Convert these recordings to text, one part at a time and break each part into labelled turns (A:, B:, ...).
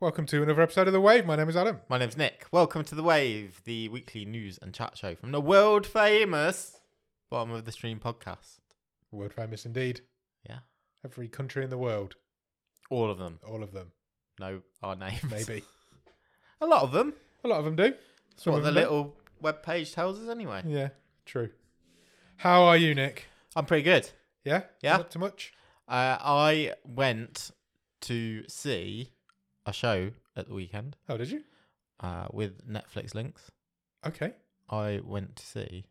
A: Welcome to another episode of The Wave. My name is Adam.
B: My name's Nick. Welcome to The Wave, the weekly news and chat show from the world famous Bottom of the Stream podcast.
A: World famous indeed.
B: Yeah.
A: Every country in the world,
B: All of them
A: all of them,
B: know our names.
A: maybe.
B: A lot of them.
A: a lot of them do.
B: That's
A: Some
B: what
A: of
B: the
A: them
B: little web page tells us anyway.
A: don't. Yeah, true. How are you, Nick?
B: I'm pretty good.
A: Yeah?
B: Yeah.
A: Not too much?
B: Uh, I went to see a show at the weekend
A: Oh, did you?
B: uh, with Netflix links.
A: Okay. I
B: I went to see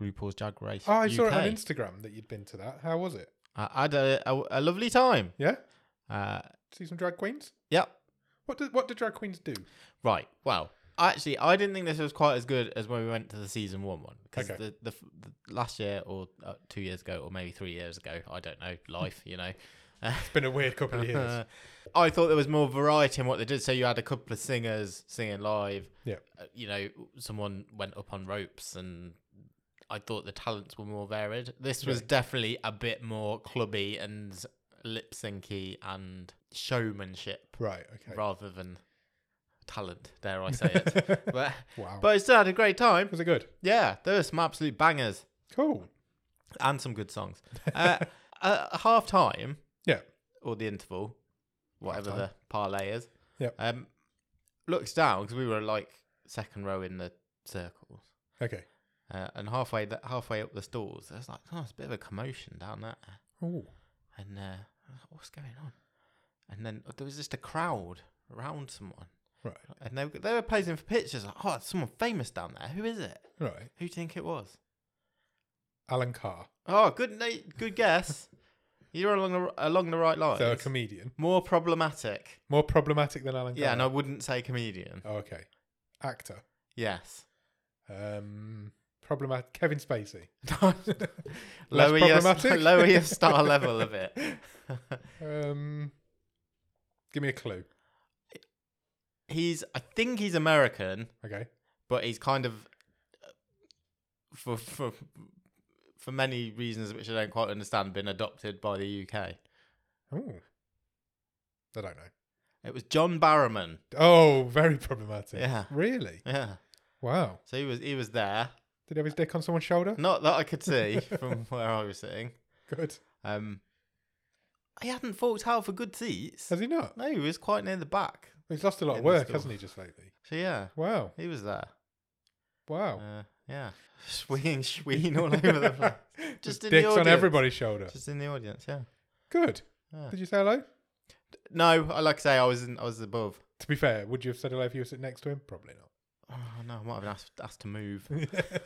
B: RuPaul's Drag Race
A: Oh, I
B: UK.
A: saw it on Instagram that you'd been to that. How was it?
B: I I had a, a, a lovely time.
A: Yeah?
B: Uh,
A: See some drag queens?
B: yep.
A: What did what did drag queens do?
B: Right. Well, actually, I didn't think this was quite as good as when we went to the season one one because
A: Okay.
B: the, the, f- the last year or uh, two years ago or maybe three years ago, I don't know. Life, you know.
A: It's been a weird couple of years.
B: I thought there was more variety in what they did. So you had a couple of singers singing live.
A: Yeah.
B: Uh, you know, someone went up on ropes, and I thought the talents were more varied. This was
A: Right.
B: definitely a bit more clubby and lip syncy and showmanship
A: Right, okay.
B: rather than talent. Dare I say it? but
A: wow.
B: but I still had a great time.
A: was it good?
B: Yeah, there were some absolute bangers
A: Cool.
B: and some good songs. Uh, at half time,
A: Yeah.
B: or the interval, whatever
A: Halftime.
B: the parlay is.
A: Yep.
B: Um, looks down because we were like second row in the circles,
A: Okay.
B: uh, and halfway th- halfway up the stalls, there's like oh, it's a bit of a commotion down there,
A: Ooh.
B: and uh, I was like, what's going on? And then uh, there was just a crowd around someone,
A: Right.
B: and they were, they were posing for pictures. Like, oh, it's someone famous down there. Who is it?
A: Right.
B: Who do you think it was?
A: Alan Carr.
B: Oh, good, na- good guess. You're along the along the right lines.
A: So a comedian.
B: More problematic.
A: More problematic than Alan
B: Yeah,
A: Carr.
B: and I wouldn't say comedian.
A: Oh, okay. Actor.
B: Yes.
A: Um, problematic. Kevin Spacey.
B: lower your
A: problematic?
B: lower your star level a bit.
A: Um, give me a clue.
B: he's, I think he's American,
A: Okay.
B: but he's kind of uh, for for for many reasons which I don't quite understand, been adopted by the UK.
A: Oh, I don't know.
B: It was John Barrowman.
A: Oh, very problematic.
B: Yeah,
A: Really?
B: yeah.
A: Wow.
B: So he was he was there.
A: Did he have his dick on someone's shoulder?
B: Not that I could see from where I was sitting.
A: Good.
B: Um, he hadn't forked out for good seats.
A: Has he not?
B: No, he was quite near the back.
A: He's lost a lot of
B: In the
A: work,
B: store.
A: hasn't he, just lately?
B: So yeah,
A: Wow.
B: he was there.
A: Wow.
B: Uh, yeah, swinging schween all over the place, Just in the
A: dicks on
B: audience.
A: everybody's shoulder.
B: just in the audience. Yeah.
A: Good.
B: yeah.
A: Did you say hello?
B: No, I like I say I was in, I was above.
A: To be fair, would you have said hello if you were sitting next to him? Probably
B: Oh no, I might have been asked, asked to move.
A: not.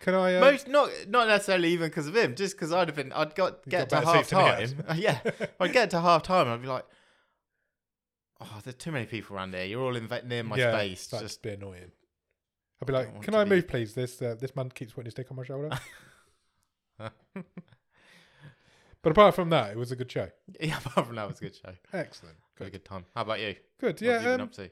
A: Can I? Uh,
B: Most not not necessarily even because of him, just because I'd have been I'd got
A: You
B: get
A: got
B: to
A: better
B: half
A: seats than
B: time. yeah, I'd get to half time. and I'd be like, oh, there's too many people around here. You're all in, near my
A: yeah,
B: space.
A: That'd
B: Just
A: be annoying. I'd be
B: Don't
A: like,
B: want
A: "Can
B: to
A: I
B: be-
A: move, please? This uh, this man keeps putting his dick on my shoulder." but apart from that, it was a good show.
B: yeah. Apart from that, it was a good show.
A: Excellent.
B: Had a
A: Good.
B: good time. How about you?
A: Good.
B: What have you
A: Yeah.
B: been
A: Um,
B: up to?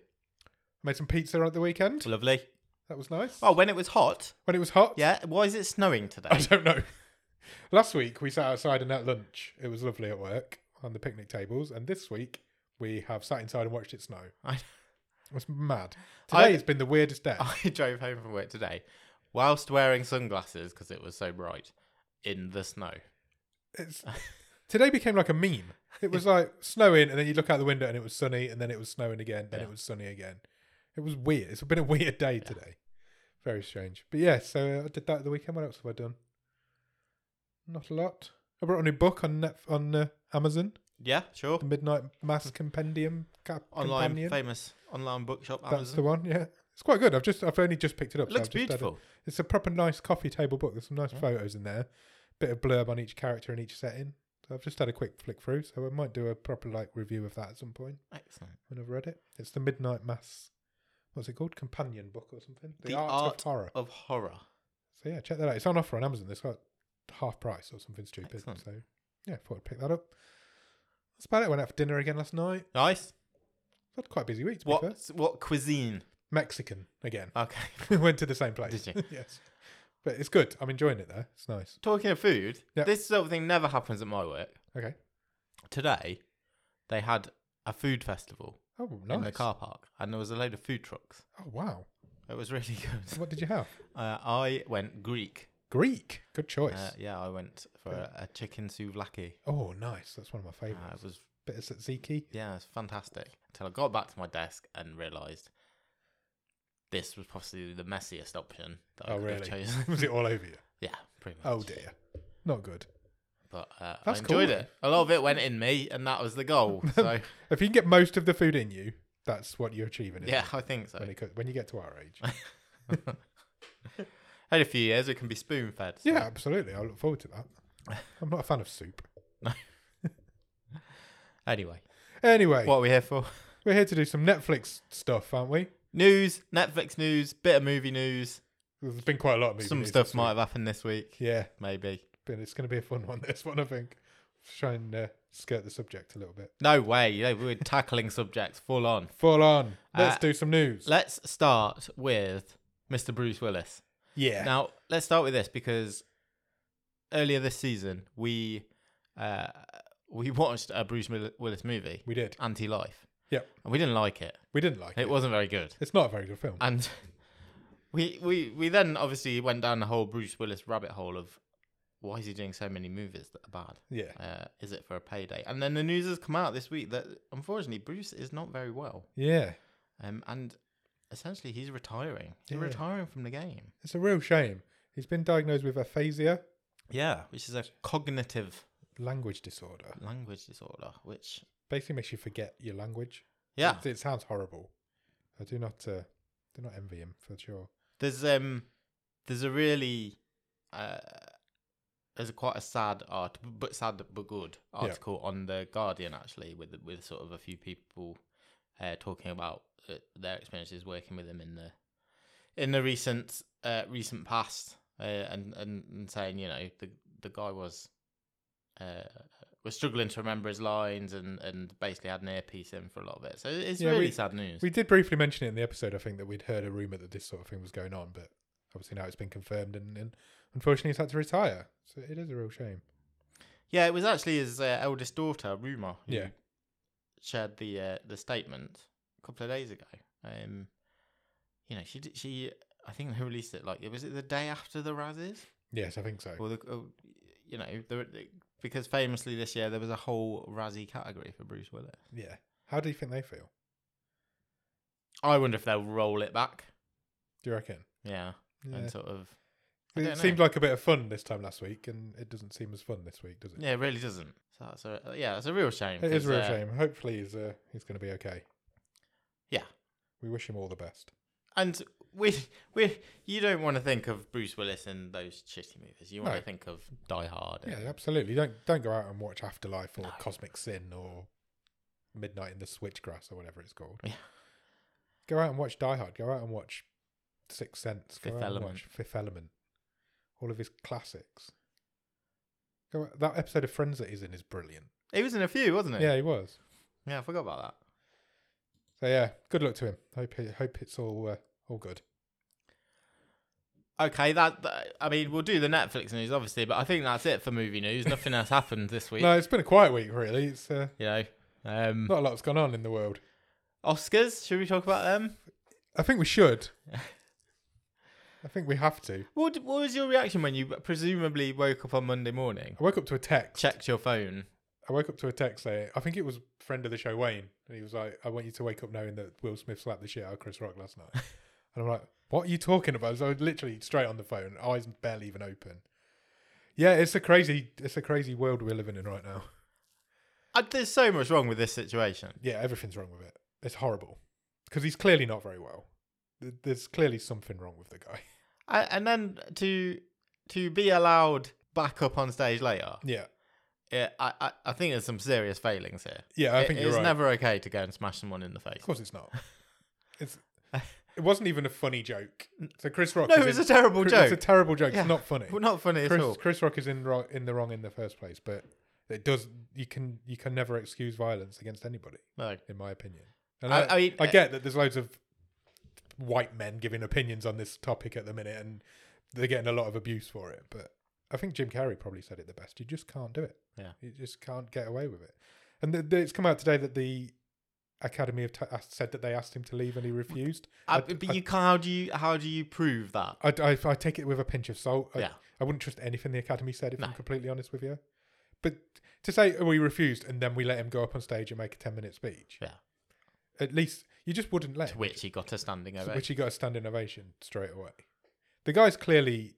A: made some pizza at the weekend.
B: Lovely.
A: That was nice.
B: Oh, when it was hot.
A: When it was hot.
B: Yeah. Why is it snowing
A: I
B: today?
A: don't know. Last week we sat outside and had lunch. It was lovely at work on the picnic tables. And this week we have sat inside and watched it snow.
B: I-
A: It was mad.
B: I-
A: Today has been the weirdest day.
B: I drove home from work today whilst wearing sunglasses because it was so bright in the snow.
A: It's today became like a meme. It was like snowing, and then you look out the window and it was sunny, and then it was snowing again, then
B: Yeah.
A: it was sunny again. It was weird. It's been a weird day today. Very strange. But yeah, so uh, I did that the weekend. What else have I done? Not a lot. I brought a new book on Net- on uh, Amazon,
B: Yeah, sure.
A: the Midnight Mass Compendium. Cap-
B: Hmm. Online
A: Companion.
B: famous online bookshop.
A: That's
B: Amazon.
A: the one. Yeah, it's quite good. I've just I've only just picked it up.
B: It looks
A: I've just had
B: beautiful.
A: it. It's a proper nice coffee table book. There's some nice
B: Yeah.
A: photos in there. Bit of blurb on each character and each setting. So I've just had a quick flick through. So I might do a proper like review of that at some point
B: Excellent.
A: when I've read it. It's the Midnight Mass. What's it called? Companion book or something?
B: The Art
A: of Horror.
B: Of horror.
A: So yeah, check that out. It's on offer on Amazon. It's got half price or something stupid.
B: Excellent.
A: So yeah, thought I'd pick that up. That's about it. Went out for dinner again last night.
B: Nice.
A: Had quite a busy week. To Be fair.
B: What what cuisine?
A: Mexican again.
B: Okay.
A: went to the same place.
B: Did you?
A: yes. But it's good. I'm enjoying it there. It's nice.
B: Talking of food,
A: Yeah.
B: this sort of thing never happens at my work.
A: Okay.
B: Today, they had a food festival
A: Oh,
B: in the
A: nice.
B: car park, and there was a load of food trucks.
A: Oh, wow.
B: It was really
A: So
B: good.
A: what did you have?
B: Uh, I went Greek.
A: Greek. Good choice.
B: Uh, yeah, I went for a, a chicken souvlaki.
A: oh, nice. That's one of my
B: Uh,
A: favourites.
B: it was
A: Bit of tzatziki.
B: yeah, it was fantastic. Until I got back to my desk and realised this was possibly the messiest option that I
A: Oh,
B: could
A: really?
B: have chosen.
A: Was it all over you?
B: yeah, pretty much.
A: Oh, dear. Not good.
B: But uh, I
A: That's cool,
B: enjoyed
A: though.
B: it. A lot of it went in me, and that was the goal. So
A: If you can get most of the food in you, that's what you're achieving. isn't
B: yeah,
A: it?
B: I think so.
A: When, it, co- when you get to our age.
B: Had a few years, it can be spoon fed.
A: yeah, absolutely. I look forward to that. I'm not a fan of soup.
B: Anyway,
A: Anyway,
B: what are we here for?
A: we're here to do some Netflix stuff, aren't we?
B: News, Netflix news, bit of movie news.
A: There's been quite a lot of movie
B: Some
A: news
B: stuff
A: this
B: might
A: week.
B: have happened this week,
A: Yeah,
B: maybe.
A: but it's going to be a fun one, this one, I think. Try and uh, skirt the subject a little bit.
B: No way. You know, we're tackling subjects full on.
A: Full on. Let's
B: Uh,
A: do some news.
B: Let's start with Mr. Bruce Willis.
A: yeah.
B: Now, let's start with this because earlier this season we uh, we watched a Bruce Will- Willis movie,
A: we did.
B: Anti Life.
A: Yep.
B: And we didn't like it.
A: We didn't like it.
B: It wasn't very good.
A: It's not a very good film.
B: And we we we then obviously went down the whole Bruce Willis rabbit hole of why is he doing so many movies that are bad?
A: yeah.
B: Uh, is it for a payday? And then the news has come out this week that unfortunately Bruce is not very well.
A: Yeah.
B: Um, and essentially he's retiring. He's
A: Yeah.
B: retiring from the game.
A: It's a real shame. He's been diagnosed with aphasia,
B: Yeah, which is a cognitive
A: language disorder.
B: language disorder, which
A: Basically makes you forget your language.
B: yeah,
A: It, it sounds horrible. I do not uh, do not envy him for sure.
B: there's um, there's a really uh, there's a quite a sad art, but sad but good article on the Guardian actually with with sort of a few people uh, talking about uh, their experiences working with him in the in the recent uh, recent past uh, and, and and saying you know the the guy was uh, was struggling to remember his lines and and basically had an earpiece in for a lot of it so it's
A: Yeah,
B: really
A: we-
B: sad news
A: We did briefly mention it in the episode, I think, that we'd heard a rumour that this sort of thing was going on, but obviously now it's been confirmed and, and unfortunately he's had to retire. So it is a real shame.
B: Yeah, it was actually his uh, eldest daughter, Rumor, who
A: Yeah.
B: shared the uh, the statement a couple of days ago. Um, you know, she d- she I think they released it like it was it the day after the Razzies,
A: Yes, I think so.
B: or the or, you know the, the- because famously this year there was a whole Razzie category for Bruce Willis.
A: yeah. How do you think they feel?
B: I wonder if they'll roll it back.
A: Do you reckon?
B: Yeah,
A: Yeah.
B: and sort of I
A: It
B: don't
A: seemed
B: know.
A: like a bit of fun this time last week, and it doesn't seem as fun this week, does it?
B: yeah, it really doesn't. So that's a yeah, it's a real shame.
A: It is a
B: 'cause,
A: real
B: uh,
A: shame. Hopefully, he's uh, he's going to be okay.
B: Yeah.
A: we wish him all the best.
B: And we we you don't want to think of Bruce Willis in those shitty movies. You want
A: No.
B: to think of Die Hard. and-
A: Yeah, absolutely. Don't don't go out and watch Afterlife or
B: No.
A: Cosmic Sin or Midnight in the Switchgrass or whatever it's called.
B: Yeah.
A: Go out and watch Die Hard. Go out and watch Sixth Sense. Go
B: Fifth
A: out
B: Element.
A: And watch Fifth Element. All of his classics. Go out, that episode of Friends that he's in is brilliant.
B: He was in a few, wasn't he?
A: Yeah, he was.
B: Yeah, I forgot about that.
A: So yeah, good luck to him. Hope he, hope it's all uh, all good.
B: Okay, that, that- I mean, we'll do the Netflix news obviously, but I think that's it for movie news. Nothing else happened this week.
A: No, it's been a quiet week really. It's uh,
B: You know, um,
A: not a lot's gone on in the world.
B: Oscars. Should we talk about them?
A: I think we should. I think we have to.
B: What What was your reaction when you presumably woke up on Monday morning,
A: I woke up to a text.
B: checked your phone?
A: I woke up to a text saying, I think it was friend of the show Wayne, and he was like, "I want you to wake up knowing that Will Smith slapped the shit out of Chris Rock last night." and I'm like, "What are you talking about?" So I was literally straight on the phone, eyes barely even open. Yeah, it's a crazy, it's a crazy world we're living in right now.
B: I, there's so much wrong with this situation.
A: Yeah, everything's wrong with it. It's horrible because he's clearly not very well. Th- There's clearly something wrong with the guy.
B: I, and then to to be allowed back up on stage later.
A: Yeah,
B: Yeah, I, I, I think there's some serious failings here.
A: yeah, I
B: It-
A: think you're
B: it's
A: right.
B: never okay to go and smash someone in the face.
A: Of course, it's not. It's it wasn't even a funny joke. So Chris Rock.
B: No,
A: is
B: it was
A: in-
B: a terrible
A: It's a
B: joke.
A: terrible joke.
B: Yeah.
A: It's not funny.
B: Well, not funny at all.
A: Chris, Chris Rock is in ro- in the wrong in the first place, but it does you can you can never excuse violence against anybody,
B: No.
A: in my opinion. And
B: I-
A: I,
B: I mean,
A: I
B: uh,
A: get that there's loads of white men giving opinions on this topic at the minute, and they're getting a lot of abuse for it. But I think Jim Carrey probably said it the best. You just can't do it.
B: Yeah.
A: you just can't get away with it. And th- th- it's come out today that the Academy have t- asked- said that they asked him to leave and he refused.
B: I,
A: I-
B: but
A: I-
B: you can't. How do you? How do you prove that?
A: I, I, I take it with a pinch of salt. I,
B: yeah.
A: I wouldn't trust anything the Academy said, if
B: No.
A: I'm completely honest with you. But to say "Oh, we refused and then we let him go up on stage and make a 10 minute speech,
B: Yeah.
A: at least you just wouldn't let
B: To
A: him,
B: which he got a standing
A: so-
B: ovation.
A: which he got a standing ovation straight away. The guy's clearly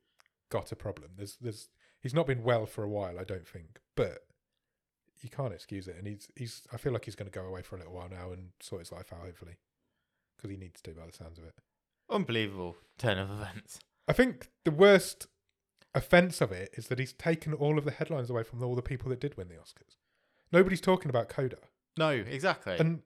A: got a problem. There's, there's, he's not been well for a while, I don't think, but you can't excuse it. And he's, he's, I feel like he's going to go away for a little while now and sort his life out, hopefully, because he needs to by the sounds of it.
B: Unbelievable turn of events.
A: I think the worst offense of it is that he's taken all of the headlines away from all the people that did win the Oscars. Nobody's talking about Coda,
B: No, exactly.
A: and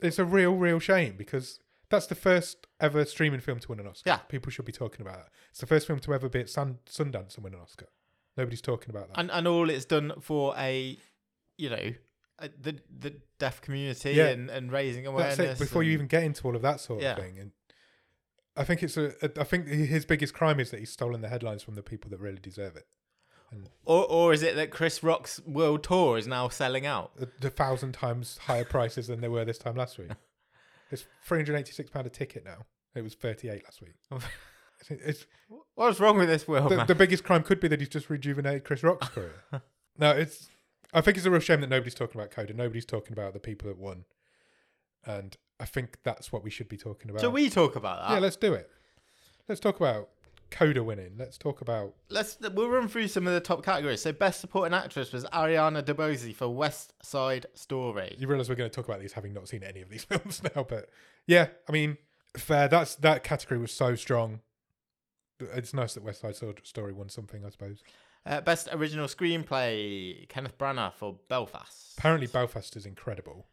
A: it's a real, real shame because that's the first ever streaming film to win an Oscar.
B: Yeah.
A: people should be talking about that. It's the first film to ever be at Sun- Sundance and win an Oscar. Nobody's talking about that.
B: and and all it's done for a, you know, a, the the deaf community
A: Yeah.
B: and, and raising awareness.
A: that's it. Before you
B: and-
A: even get into all of that sort
B: Yeah.
A: of thing, and I think it's a. I think his biggest crime is that he's stolen the headlines from the people that really deserve it.
B: Or or is it that Chris Rock's world tour is now selling out?
A: a, a thousand times higher prices than they were this time last week. It's three hundred eighty-six pound a ticket now. It was thirty-eight last week. It's- It's,
B: What's wrong with this world,
A: the,
B: Oh, man?
A: the biggest crime could be that he's just rejuvenated Chris Rock's career. no, it's. I think it's a real shame that nobody's talking about Coda. Nobody's talking about the people that won, and I think that's what we should be talking about.
B: So we uh, talk about that.
A: yeah, let's do it. Let's talk about Coda winning. Let's talk about
B: let's we'll run through some of the top categories. So best supporting actress was Ariana DeBose for West Side Story.
A: you realize we're going to talk about these having not seen any of these films now but yeah i mean fair that's that category was so strong it's nice that west side Sto- story won something i suppose
B: Uh, best original screenplay Kenneth Branagh for Belfast.
A: apparently belfast is incredible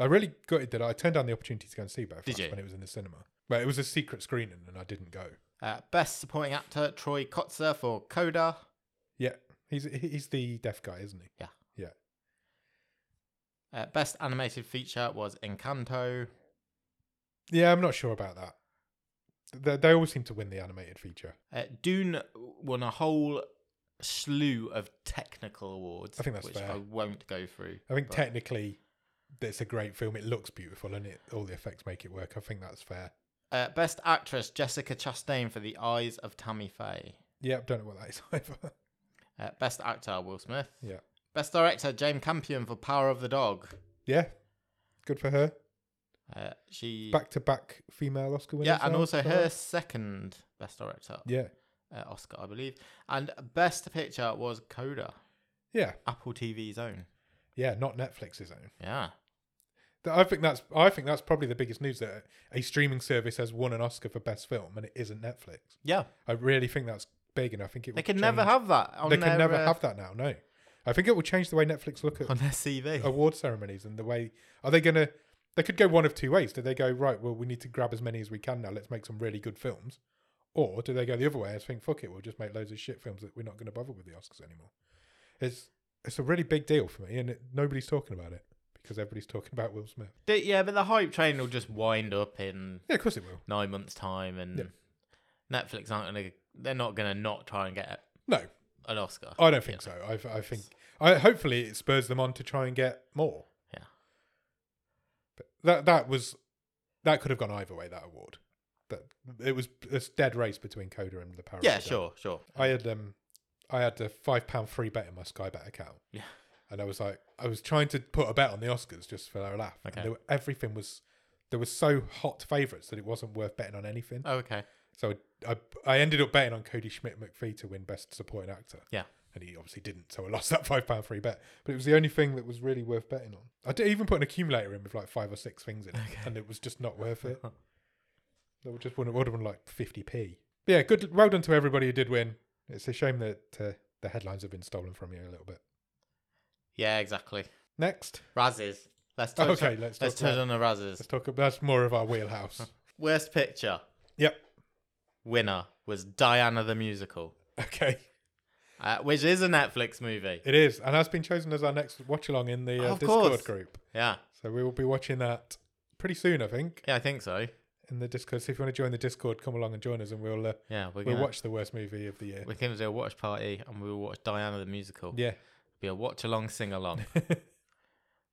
A: i really gutted that i turned down the opportunity to go and see belfast
B: Did you?
A: when it was in the cinema but it was a secret screening and i didn't go
B: Uh, best supporting actor Troy Kotzer for Coda.
A: yeah he's he's the deaf guy isn't he
B: Uh, best animated feature was Encanto.
A: yeah i'm not sure about that they, they always seem to win the animated feature
B: Uh, Dune won a whole slew of technical awards.
A: I think that's
B: which
A: fair.
B: I won't go through.
A: i think
B: but-
A: technically it's a great film it looks beautiful and it all the effects make it work i think that's fair
B: Uh, best actress Jessica Chastain for The Eyes of Tammy Faye.
A: Yeah, don't know what that is either.
B: Uh, best actor Will Smith.
A: Yeah.
B: Best director James Campion for Power of the Dog.
A: yeah, good for her.
B: Uh, she
A: Back to back female Oscar winner.
B: yeah, and also her second best director
A: Yeah,
B: uh, Oscar, I believe. And best picture was Coda,
A: yeah,
B: Apple TV's own.
A: yeah. Not Netflix's own.
B: Yeah,
A: Th- I think that's I think that's probably the biggest news that a streaming service has won an Oscar for best film and it isn't Netflix.
B: yeah.
A: I really think that's big, and I think it.
B: They
A: will
B: can never
A: change-
B: have that. On
A: They can
B: their,
A: never
B: uh,
A: have that now. No, I think it Oh. will change the way Netflix look at
B: on their CV.
A: award ceremonies and the way are they going to they could go one of two ways do they go right well we need to grab as many as we can now let's make some really good films or do they go the other way and think fuck it we'll just make loads of shit films that we're not going to bother with the oscars anymore it's it's a really big deal for me and it, nobody's talking about it because everybody's talking about will smith
B: D- Yeah, but the hype train will just wind up in
A: yeah of course it will
B: nine months' time, and Netflix aren't gonna. They're not gonna not try and get
A: no
B: an Oscar.
A: i don't think so i i think i hopefully it spurs them on to try and get more
B: Yeah.
A: but that that was that could have gone either way that award that it was a dead race between coda and the power of
B: yeah,
A: the Dog.
B: sure, sure.
A: I had um, I had a five pound free bet in my Sky Bet account.
B: Yeah.
A: and I was like, I was trying to put a bet on the Oscars just for a laugh.
B: Okay.
A: And there were, everything was there was so hot favourites that it wasn't worth betting on anything.
B: Oh, okay.
A: So I, I I ended up betting on Cody Schmidt McPhee to win Best Supporting Actor.
B: Yeah.
A: And he obviously didn't, so I lost that five pound free bet. But it was the only thing that was really worth betting on. I did even put an accumulator in with like five or six things in it, and it was just not worth it. I would just wouldn't would have won like fifty p. Yeah, good. Well done to everybody who did win. It's a shame that uh, the headlines have been stolen from you a little bit.
B: Yeah, exactly.
A: Next,
B: Razzies. Let's touch
A: Okay,
B: On,
A: let's
B: let's,
A: talk about-
B: touch on the Razzies.
A: let's talk. About, that's more of our wheelhouse.
B: Worst picture
A: yep.
B: winner was Diana the Musical,
A: Okay.
B: uh, which is a Netflix movie.
A: It is, and has been chosen as our next watch along in the uh,
B: Of
A: Discord
B: course.
A: group.
B: Yeah,
A: So we will be watching that pretty soon, I think.
B: yeah, I think so.
A: in the Discord. So if you want to join the Discord, come along and join us, and we'll uh,
B: Yeah, we're
A: we'll
B: gonna
A: watch the worst movie of the year.
B: we're gonna do a watch party and we'll watch Diana the Musical.
A: Yeah,
B: Be a watch along, sing along,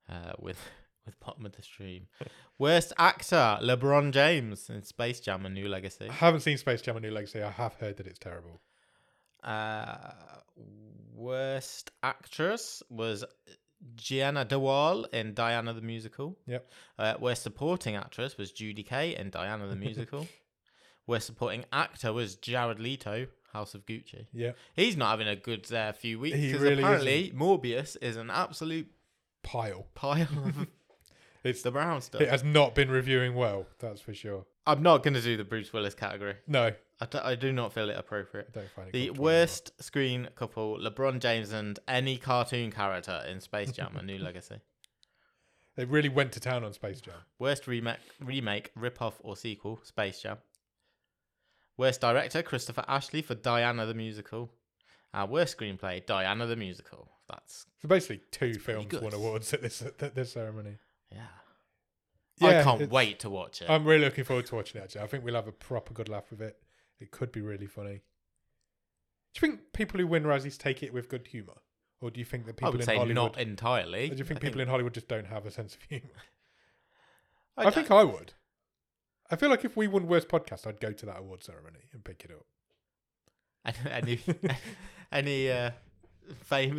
B: uh, with with bottom of the stream. Worst actor, LeBron James in Space Jam: A New Legacy.
A: I haven't seen Space Jam: A New Legacy. I have heard that it's terrible.
B: Uh, worst actress was Gianna Dewall in Diana the Musical.
A: Yep.
B: Uh, worst supporting actress was Judy Kay in Diana the Musical. worst supporting actor was Jared Leto, House of Gucci.
A: Yeah,
B: He's not having a good uh, few weeks
A: He
B: because
A: really
B: apparently Morbius is an absolute
A: pile.
B: pile of
A: It's
B: the brown stuff.
A: it has not been reviewing well. That's for sure.
B: I'm not going to do the Bruce Willis category.
A: No, I
B: I d- I do not feel it appropriate.
A: don't find it.
B: The
A: comfortable
B: worst screen couple, LeBron James and any cartoon character in Space Jam, A New Legacy.
A: anymore. They really went to town on Space Jam.
B: Worst remake, remake, rip-off or sequel, Space Jam. Worst director, Christopher Ashley for Diana the Musical. Uh, worst screenplay, Diana the Musical. That's,
A: So basically, two
B: pretty
A: films
B: good.
A: won awards at this at this ceremony.
B: yeah. I
A: Yeah,
B: can't
A: it's-
B: wait to watch it.
A: I'm really looking forward to watching it. Actually, I think we'll have a proper good laugh with it. It could be really funny. Do you think people who win Razzies take it with good humor, or do you think that
B: I
A: people
B: would
A: in
B: say
A: Hollywood?
B: not eh? entirely.
A: or do you think people in Hollywood just don't have a sense of humor?
B: I,
A: I, think I would. I feel like if we won worst podcast, I'd go to that award ceremony and pick it up.
B: any any uh, fame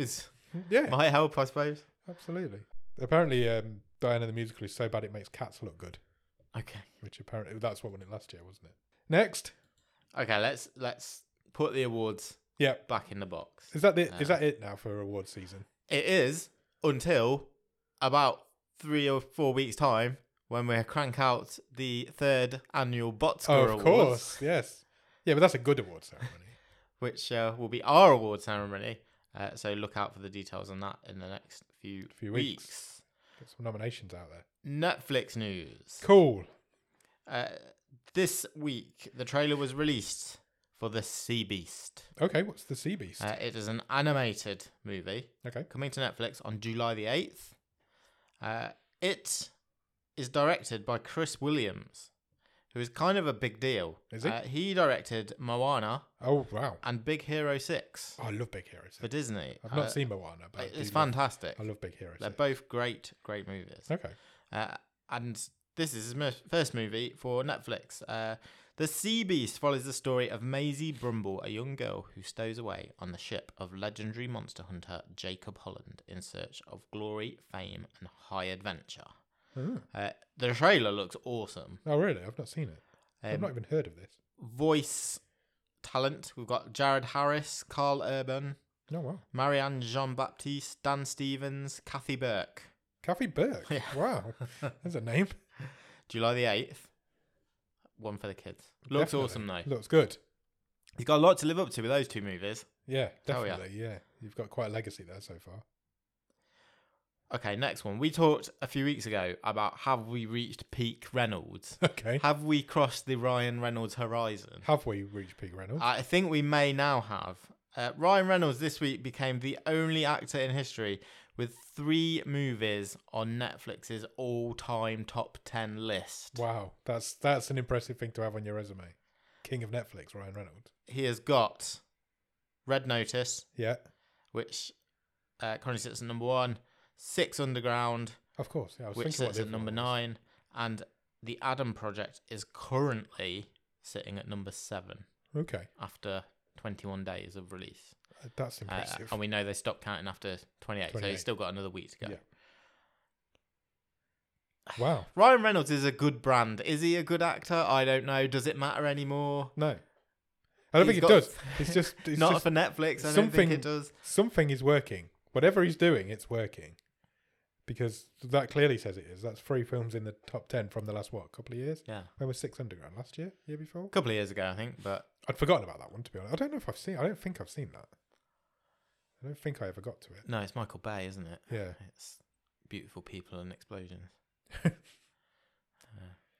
B: is
A: Yeah,
B: might help, I suppose.
A: absolutely. Apparently, um, Diana the musical is so bad it makes cats look good,
B: Okay.
A: which apparently that's what won it last year, wasn't it? Next,
B: Okay, let's let's put the awards
A: yeah,
B: back in the box.
A: is that the,
B: Uh,
A: is that it now for award season?
B: It is until about three or four weeks' time when we crank out the third annual Botscar
A: Oh, of
B: Awards,
A: course, yes, yeah, but that's a good award ceremony.
B: which uh, will be our award ceremony. Uh, so look out for the details on that in the next few,
A: Few
B: weeks.
A: weeks. Get some nominations out there.
B: Netflix news.
A: Cool.
B: Uh, this week, the trailer was released for The Sea Beast.
A: Okay, what's the sea beast?
B: Uh, it is an animated movie
A: okay,
B: coming to Netflix on July the 8th. Uh, it is directed by Chris Williams, who is kind of a big deal.
A: Is he?
B: Uh, he directed Moana
A: oh wow,
B: and Big Hero 6
A: Oh, I love Big Hero.
B: for
A: Six.
B: Disney.
A: I've not
B: Uh,
A: seen Moana, but I
B: It's
A: do love-
B: fantastic.
A: I love Big Hero.
B: They're
A: Six.
B: both great, great movies.
A: Okay,
B: Uh, and this is his mo- first movie for Netflix. Uh, the Sea Beast follows the story of Maisie Brumble, a young girl who stows away on the ship of legendary monster hunter Jacob Holland in search of glory, fame, and high adventure.
A: oh,
B: Uh, the trailer looks awesome.
A: Oh, really? I've not seen it. I've
B: Um,
A: not even heard of this.
B: Voice talent we've got Jared Harris, Carl Urban,
A: Oh wow,
B: Marianne Jean Baptiste, Dan Stevens, Kathy Burke.
A: Kathy Burke.
B: Yeah.
A: Wow, that's a name.
B: July the 8th. One for the kids. Looks
A: Definitely.
B: awesome though.
A: Looks good.
B: He's got a lot to live up to with those two movies.
A: Yeah,
B: Hell Oh, yeah.
A: definitely. yeah. you've got quite a legacy there so far.
B: Okay, next one. We talked a few weeks ago about have we reached peak Reynolds?
A: Okay,
B: have we crossed the Ryan Reynolds horizon?
A: have we reached Pete Reynolds?
B: I think we may now have. Uh, Ryan Reynolds this week became the only actor in history with three movies on Netflix's all time top 10 list.
A: wow, that's that's an impressive thing to have on your resume. King of Netflix, Ryan Reynolds.
B: He has got Red Notice,
A: Yeah,
B: which uh, currently sits at number one, Six Underground,
A: of course. Yeah, I was
B: which
A: thinking what
B: sits
A: the
B: at
A: other
B: number
A: one was.
B: nine, and the Adam Project is currently sitting at number seven
A: Okay,
B: after 21 days of release.
A: Uh, that's
B: Uh,
A: impressive.
B: and we know they stopped counting after 28, so
A: 28.
B: he's still got another week to go.
A: Yeah. wow.
B: Ryan Reynolds is a good brand. Is he a good actor? I don't know. Does it matter anymore?
A: No, I don't think
B: He's
A: it
B: got-
A: does. It's just it's
B: Not
A: just
B: for Netflix. I don't
A: something-
B: think it does.
A: something is working. Whatever he's doing, it's working. Because that clearly says it is. That's three films in the top ten from the last what couple of years.
B: Yeah.
A: When was Six Underground last year? Year before?
B: A couple of years ago, I think, but
A: I'd forgotten about that one to be honest. I don't know if I've seen. I don't think I've seen that. I don't think I ever got to it.
B: no, it's Michael Bay, isn't it?
A: Yeah.
B: It's beautiful people and explosions. Uh,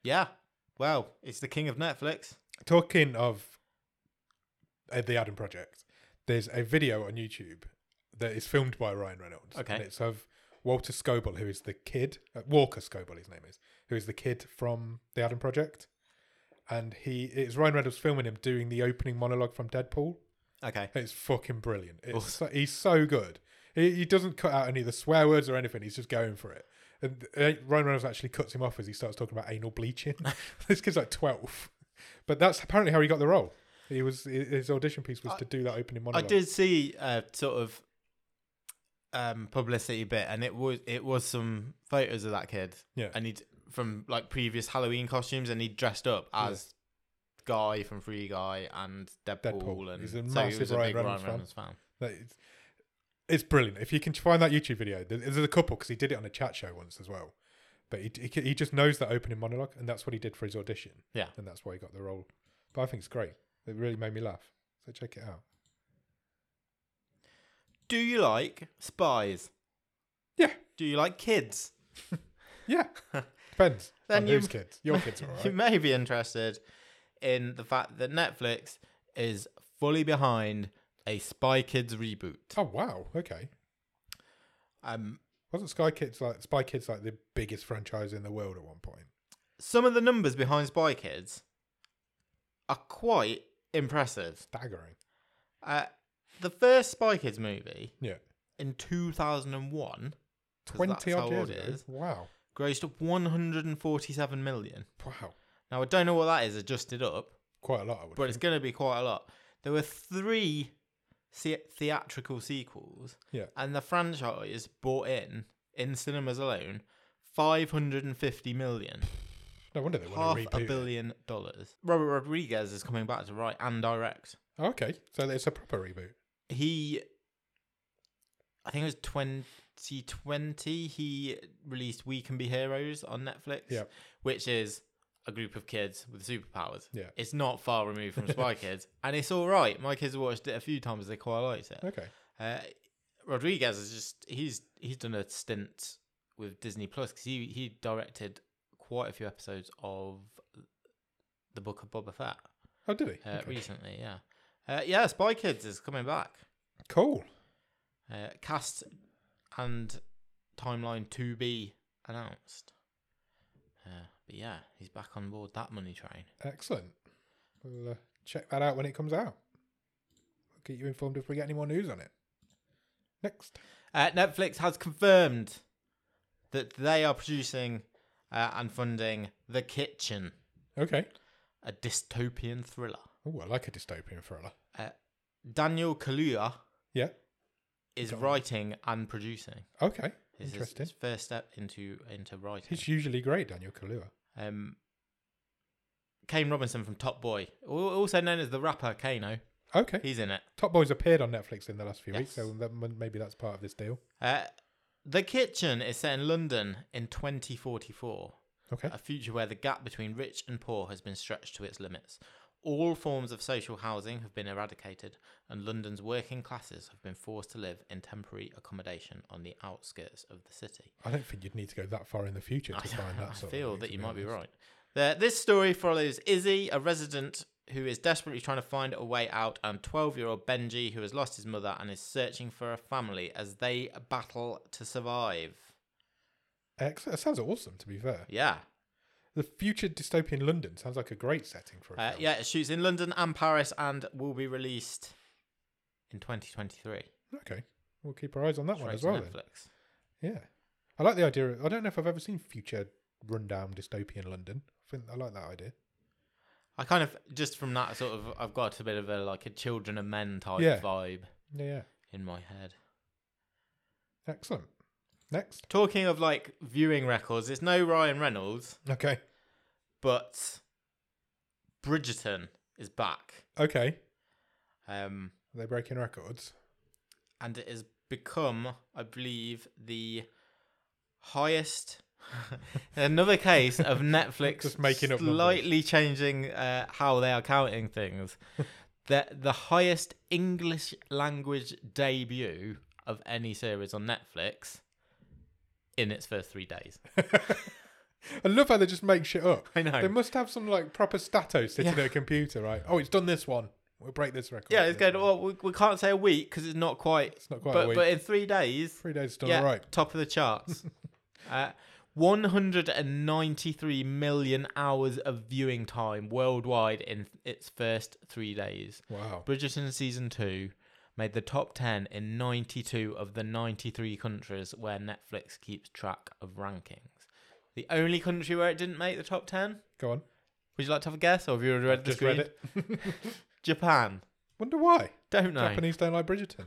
B: yeah. Well, it's the king of Netflix.
A: Talking of uh, the Adam Project, there's a video on YouTube that is filmed by Ryan Reynolds.
B: Okay.
A: And it's of Walter Scoble, who is the kid, uh, Walker Scoble, his name is, who is the kid from the Adam Project. And he it's Ryan Reynolds filming him doing the opening monologue from Deadpool.
B: Okay.
A: It's fucking brilliant. It's so, he's so good. He, he doesn't cut out any of the swear words or anything. He's just going for it. And uh, Ryan Reynolds actually cuts him off as he starts talking about anal bleaching. this kid's like 12. But that's apparently how he got the role. He was his audition piece was
B: I-
A: to do that opening
B: I
A: monologue.
B: did see a sort of um, publicity bit, and it was it was some photos of that kid.
A: Yeah.
B: and he from like previous Halloween costumes, and he dressed up
A: Yeah.
B: as Guy from Free Guy and Deadpool,
A: Deadpool.
B: and
A: He's a
B: so he
A: massive
B: was a
A: Ryan
B: big
A: Reynolds
B: Ryan Reynolds fan.
A: Like, It's, it's brilliant. If you can find that YouTube video, there- there's a couple because he did it on a chat show once as well. But he, he he just knows that opening monologue, and that's what he did for his audition.
B: Yeah.
A: and that's why he got the role. But I think it's great. It really made me laugh. So check it out.
B: Do you like spies?
A: Yeah,
B: Do you like kids?
A: yeah. Depends
B: Then
A: on
B: you-
A: whose kids. Your kids are
B: You
A: alright.
B: may be interested in the fact that Netflix is fully behind a Spy Kids reboot.
A: Oh wow. Okay.
B: Um,
A: Wasn't Sky Kids like Spy Kids like the biggest franchise in the world at one point?
B: some of the numbers behind Spy Kids are quite impressive.
A: Staggering.
B: Uh, the first Spy Kids movie
A: Yeah.
B: in 2001 'Cause that's
A: Twenty
B: how
A: odd years
B: old it
A: ago.
B: is.
A: Wow.
B: grossed up 147 million.
A: Wow.
B: Now, I don't know what that is adjusted up,
A: Quite a lot. I would.
B: but
A: think.
B: it's going to be quite a lot. There were three se- theatrical sequels,
A: Yeah.
B: and the franchise bought in, in cinemas alone, 550 million.
A: no wonder they want
B: half
A: to
B: a
A: reboot. it.
B: billion dollars. Robert Rodriguez is coming back to write and direct.
A: Oh, okay, so it's a proper reboot.
B: He, I think it was 2020, he released We Can Be Heroes on Netflix,
A: Yep.
B: which is a group of kids with superpowers.
A: Yeah.
B: It's not far removed from Spy Kids, and it's all right. My kids watched it a few times, they quite liked it.
A: Okay.
B: Uh, Rodriguez is just he's he's done a stint with Disney Plus because he he directed quite a few episodes of the Book of Boba Fett
A: Oh, did he?
B: uh,
A: Okay.
B: recently. Yeah, uh, yeah. Spy Kids is coming back.
A: Cool.
B: Uh, cast and timeline to be announced. Uh, but yeah, he's back on board that money train.
A: Excellent. We'll uh, check that out when it comes out. I'll keep you informed if we get any more news on it. Next.
B: Uh, Netflix has confirmed that they are producing uh, and funding The Kitchen.
A: Okay.
B: a dystopian thriller.
A: Oh, I like a dystopian thriller.
B: Uh, Daniel Kaluuya
A: Yeah.
B: is
A: Got it.
B: writing and producing.
A: Okay.
B: It's his-
A: Interesting.
B: His, first step into into writing.
A: He's usually great, Daniel Kaluuya.
B: Um, Kane Robinson from Top Boy, al- also known as the rapper Kano,
A: Okay.
B: he's in it.
A: Top Boy's appeared on Netflix in the last few weeks,
B: Yes.
A: so that, m- maybe that's part of this deal.
B: Uh, the Kitchen is set in London in 2044,
A: Okay.
B: a future where the gap between rich and poor has been stretched to its limits. All forms of social housing have been eradicated, and London's working classes have been forced to live in temporary accommodation on the outskirts of the city.
A: I don't think you'd need to go that far in the future to find that
B: I
A: sort
B: feel
A: of thing,
B: that
A: to
B: you
A: be
B: might be
A: honest.
B: right. The, this story follows Izzy, a resident who is desperately trying to find a way out, and 12 year old Benji, who has lost his mother and is searching for a family as they battle to survive.
A: Excellent. That sounds awesome, to be fair.
B: Yeah.
A: The future dystopian London sounds like a great setting for a
B: Uh,
A: film.
B: yeah, it shoots in London and Paris and will be released in 2023.
A: Okay. We'll keep our eyes on that one
B: Straight
A: as
B: to
A: well. Then.
B: Netflix.
A: Yeah. I like the idea. Of, I don't know if I've ever seen future rundown dystopian London. I think I like that idea.
B: I kind of, just from that sort of, I've got a bit of a like a children of men type
A: Yeah.
B: vibe
A: Yeah, yeah.
B: in my head.
A: Excellent. Next.
B: Talking of like viewing records, it's no Ryan Reynolds,
A: Okay.
B: but Bridgerton is back.
A: Okay. Are
B: Um,
A: they breaking records?
B: and it has become, I believe, the highest. Another case of Netflix
A: Just making up numbers.
B: slightly changing uh, how they are counting things. the the highest English language debut of any series on Netflix in its first three days.
A: I love how they just make shit up.
B: I know.
A: They must have some like proper stato sitting
B: Yeah.
A: at a computer, right? Oh, it's done this one. We'll break this record.
B: Yeah, it's
A: This
B: good.
A: one.
B: Well, we, we can't say a week because it's not quite.
A: It's not quite
B: but,
A: a week.
B: but in three days,
A: Three days done
B: yeah,
A: all right.
B: top of the charts. uh, 193 million hours of viewing time worldwide in its first three days.
A: Wow.
B: Bridgerton season two made the top 10 in 92 of the 93 countries where Netflix keeps track of rankings. The only country where it didn't make the top 10?
A: Go on.
B: Would you like to have a guess, or have you already read the
A: Just
B: screen?
A: read it.
B: Japan.
A: Wonder why
B: Don't know.
A: Japanese don't like Bridgerton.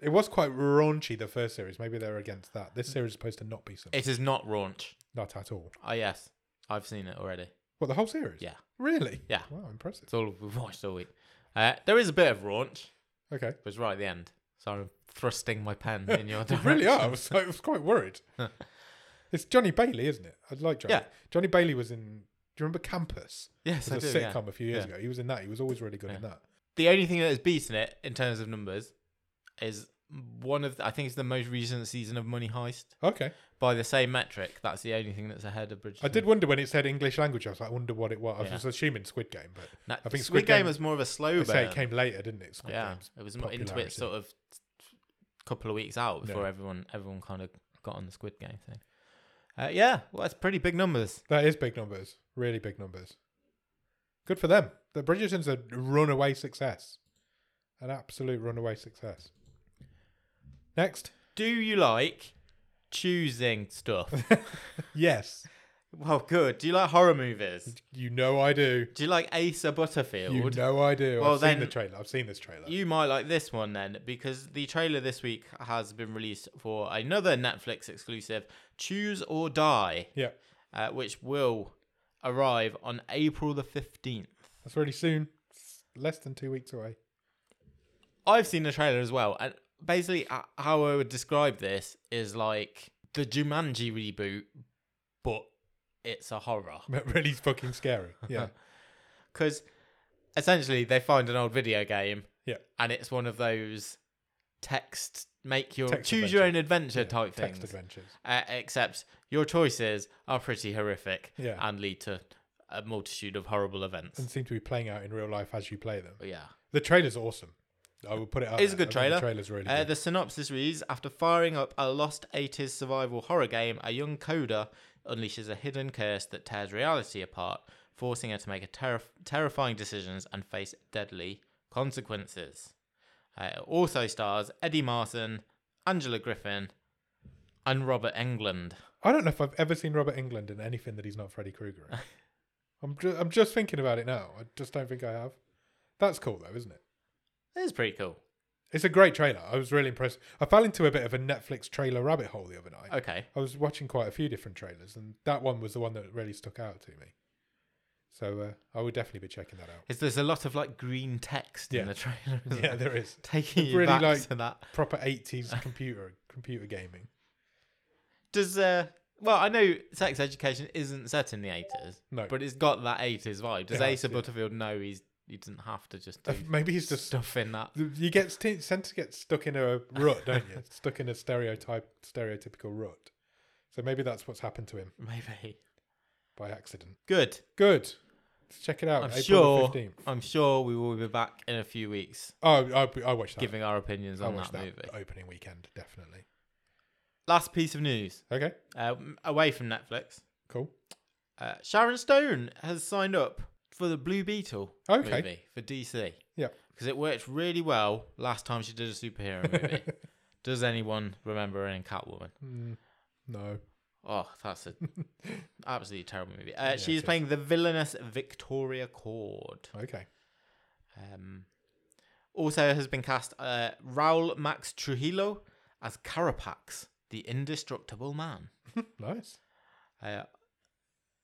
A: it was quite raunchy the first series. Maybe they're against that. This series is supposed to not be so.
B: It is not raunch.
A: Not at all.
B: Oh yes, I've seen it already.
A: What the whole series?
B: Yeah.
A: Really?
B: Yeah.
A: Wow, impressive.
B: It's all we've watched all week. Uh, there is a bit of raunch,
A: Okay.
B: but it's right at the end. So I'm thrusting my pen in your
A: You
B: direction.
A: really are. I was, I was quite worried. it's Johnny Bailey, isn't it? I'd like Johnny.
B: Yeah.
A: Johnny Bailey was in. Do you remember Campus?
B: Yes,
A: It
B: I
A: was
B: do.
A: a
B: yeah.
A: sitcom a few years
B: Yeah.
A: ago. He was in that. He was always really good in that.
B: The only thing that has beaten it in terms of numbers is one of the, I think it's the most recent season of Money Heist
A: Okay.
B: by the same metric. That's the only thing that's ahead of Bridgerton.
A: I did wonder when it said English language. I was like, I wonder what it was. I was
B: Yeah.
A: just assuming Squid Game, but
B: No,
A: I think
B: Squid
A: Squid Game-
B: Game, was more of a slow
A: they say
B: burn.
A: it came later, didn't it? Squid
B: yeah,
A: Games.
B: it was not into it
A: popularity.
B: sort of couple of weeks out
A: Yeah.
B: before everyone everyone kind of got on the Squid Game thing. Uh, yeah, well, that's pretty big numbers.
A: That is big numbers. Really big numbers. Good for them. The Bridgerton's a runaway success. An absolute runaway success. Next.
B: Do you like choosing stuff?
A: Yes.
B: well, good. Do you like horror movies?
A: You know I do.
B: Do you like Asa Butterfield?
A: You know I do.
B: Well,
A: I've seen
B: then-
A: the trailer. I've seen this trailer.
B: You might like this one then, because the trailer this week has been released for another Netflix exclusive, Choose or Die,
A: yeah.
B: uh, which will arrive on April the 15th.
A: That's really soon. It's less than two weeks away.
B: I've seen the trailer as well, and basically, uh, how I would describe this is like the Jumanji reboot, but it's a horror.
A: But really fucking scary. Yeah.
B: Because essentially, they find an old video game,
A: Yeah.
B: and it's one of those text, make your
A: Text
B: choose your own adventure type things.
A: Text adventures.
B: uh, except your choices are pretty horrific
A: Yeah.
B: and lead to a multitude of horrible events.
A: And seem to be playing out in real life as you play them.
B: But yeah.
A: The trailer's awesome. I will put it out.
B: It's a
A: there.
B: good
A: I think
B: trailer.
A: The trailer's really
B: Uh,
A: good.
B: the synopsis reads After firing up a lost 80s survival horror game, a young coder unleashes a hidden curse that tears reality apart, forcing her to make a terri- terrifying decisions and face deadly consequences. Uh, it also stars Eddie Martin, Angela Griffin, and Robert Englund.
A: I don't know if I've ever seen Robert England in anything that he's not Freddy Krueger in. I'm, ju- I'm just thinking about it now. I just don't think I have. That's cool, though, isn't it?
B: It is pretty cool.
A: It's a great trailer. I was really impressed. I fell into a bit of a Netflix trailer rabbit hole the other night.
B: Okay.
A: I was watching quite a few different trailers, and that one was the one that really stuck out to me. So uh, I would definitely be checking that out.
B: Is there's a lot of like green text
A: Yeah.
B: in the trailer? isn't
A: yeah,
B: there?
A: there is
B: taking
A: It's
B: you
A: really
B: back
A: like-
B: to that.
A: proper eighties computer computer gaming.
B: Does uh, well, I know sex education isn't set in the eighties,
A: No.
B: but it's got that eighties vibe. Does
A: It has,
B: Asa
A: yeah.
B: Butterfield know he's he doesn't have to just do
A: Uh, Maybe he's just
B: stuff in that?
A: you get st- tend to get stuck in a rut, don't you? stuck in a stereotype stereotypical rut. So maybe that's what's happened to him
B: Maybe
A: by accident.
B: good.
A: Good. Let's check it out.
B: I'm
A: April
B: sure.
A: the 15th.
B: I'm sure we will be back in a few weeks
A: Oh, I, I watched that.
B: giving our opinions
A: I
B: on
A: watched
B: that,
A: that,
B: movie.
A: opening weekend, definitely.
B: Last piece of news,
A: Okay,
B: uh, m- away from Netflix.
A: cool.
B: Uh, Sharon Stone has signed up for the Blue Beetle
A: Okay.
B: movie for DC.
A: Yeah.
B: Because it worked really well last time she did a superhero movie. Does anyone remember her in Catwoman?
A: Mm, no.
B: Oh, that's a absolutely terrible movie. Uh,
A: Yeah, it
B: she is
A: is.
B: playing the villainous Victoria Cord.
A: Okay.
B: Um, also has been cast uh, Raul Max Trujillo as Carapax, the indestructible man.
A: Nice.
B: Uh,